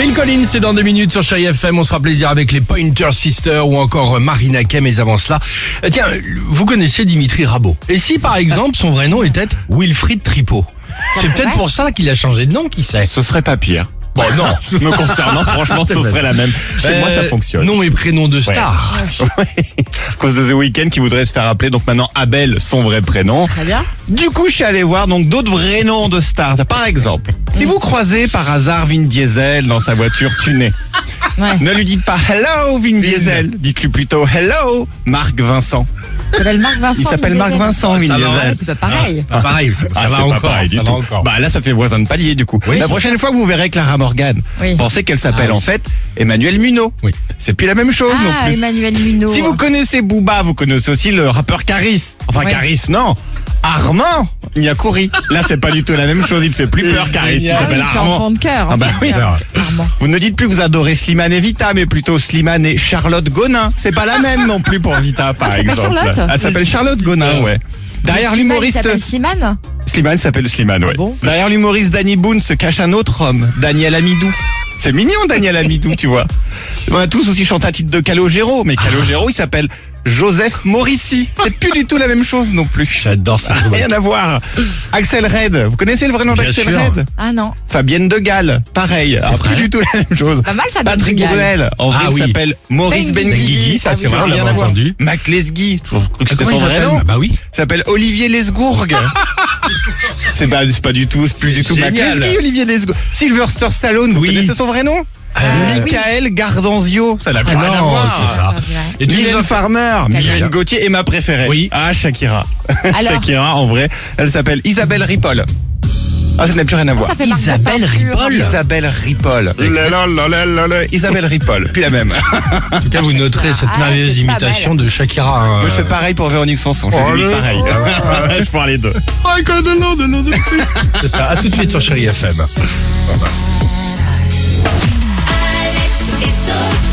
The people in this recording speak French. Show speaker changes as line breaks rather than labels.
Phil Collins, c'est dans deux minutes sur Chérie FM. On se fera plaisir avec les Pointer Sisters ou encore euh, Marina Kaye, mais avant cela. euh, Tiens, vous connaissez Dimitri Rabot. Et si, par exemple, son vrai nom était Wilfried Tripot C'est peut-être pour ça qu'il a changé de nom, qui sait
Ce serait pas pire. Bon, non, me concernant, franchement, ce serait la même. Chez moi, ça
Euh,
fonctionne.
Nom et prénom de star.
Ah
À cause de The Weeknd qui voudrait se faire appeler, donc maintenant Abel, son vrai prénom.
Très bien.
Du coup, je suis allé voir donc d'autres vrais noms de stars. Par exemple, si vous croisez par hasard Vin Diesel dans sa voiture tunée,
Ouais.
ne lui dites pas Hello Vin Diesel, dites-lui plutôt Hello Marc Vincent.
Il s'appelle Marc Vincent.
Il s'appelle
Vin
Marc
Diesel.
Vincent Vin
ça va,
Diesel.
Ouais, C'est pas pareil.
Ah, pareil, ça, ça
Ah, c'est
va
pas
encore.
pareil du
ça va
tout.
encore.
Bah là, ça fait voisin de palier du coup.
Oui,
la
c'est
prochaine fois que vous verrez Clara Morgan,
Oui.
pensez qu'elle s'appelle
Ah oui.
en fait Emmanuel Munot.
Oui.
C'est plus la même chose non
Ah,
plus.
Emmanuel Muno. Ah
Si vous connaissez Booba, vous connaissez aussi le rappeur Caris. Enfin,
Ouais.
Caris, non. Armand il y a couru. Là, c'est pas du tout la même chose. Il te fait plus peur, Caris. Il
génial.
Ah oui,
s'appelle
c'est un
Armand.
fond de cœur.
Ah bah
en fait,
oui.
Armand. Armand.
Vous ne dites plus que vous adorez Slimane et Vita, mais plutôt Slimane et Charlotte Gonin. C'est pas la même non plus pour Vita, par
Ah, c'est pas
exemple.
Charlotte
Elle s'appelle Charlotte Gonin, ouais. Derrière
Slimane, Il
l'humoriste.
s'appelle Slimane.
Slimane s'appelle
Ah
Slimane, ouais.
bon
Derrière l'humoriste Danny Boone se cache un autre homme, Daniel Amidou. C'est mignon, Daniel Amidou, tu vois. On a tous aussi chanté à titre de Calogero, mais Calogero, il s'appelle Joseph Morici. C'est plus du tout la même chose non plus.
J'adore ça.
Bah,
Rien à voir. Axel Red, vous connaissez le vrai nom
Bien
d'Axel
sûr.
Red
Ah non.
Fabienne De Gall, pareil. Alors,
vrai.
plus du tout la même chose.
Pas mal, Fabienne
Patrick
De Gall.
Bruel, en vrai,
Ah
il
oui.
s'appelle Maurice
Benguigui.
Benguigui.
ça, c'est
Ah oui,
vrai, on
rien
l'avait
à voir.
entendu.
Mac Lesguy, toujours cru que c'était
Comment
son
il
vrai
s'appelle
nom.
Bah oui.
s'appelle Olivier Lesgourg. c'est pas, c'est pas du tout, c'est plus
C'est
du tout
génial.
Macleski, Olivier Lesgourg. Sylvester Stallone, vous
Oui.
connaissez son vrai nom
Ah,
Euh,
Michael Gardanzio. Ah Ça n'a plus
Ah
rien à
non,
voir.
c'est ça.
on dirait.
Et tu nous
Mylène
as-
Farmer, Mylène Gauthier est ma préférée.
Oui.
Ah, Shakira.
Alors
Shakira, en vrai, elle s'appelle Isabelle Ripoll. Ah, ça n'a plus rien à voir.
Ah, ça fait Marc de
Isabelle
peinture.
Ripoll.
Isabelle Ripoll.
Excellent.
La, la, la, la, la. Isabelle Ripoll, puis la même.
En tout cas, vous noterez cette
Ah,
merveilleuse
c'est pas
imitation de Shakira. hein.
Moi, je fais pareil pour Véronique Sanson. Je
Oh,
les imite
le-
pareil. je prends les deux.
C'est ça. À tout de suite sur Chérie FM.
Alex et Sophie.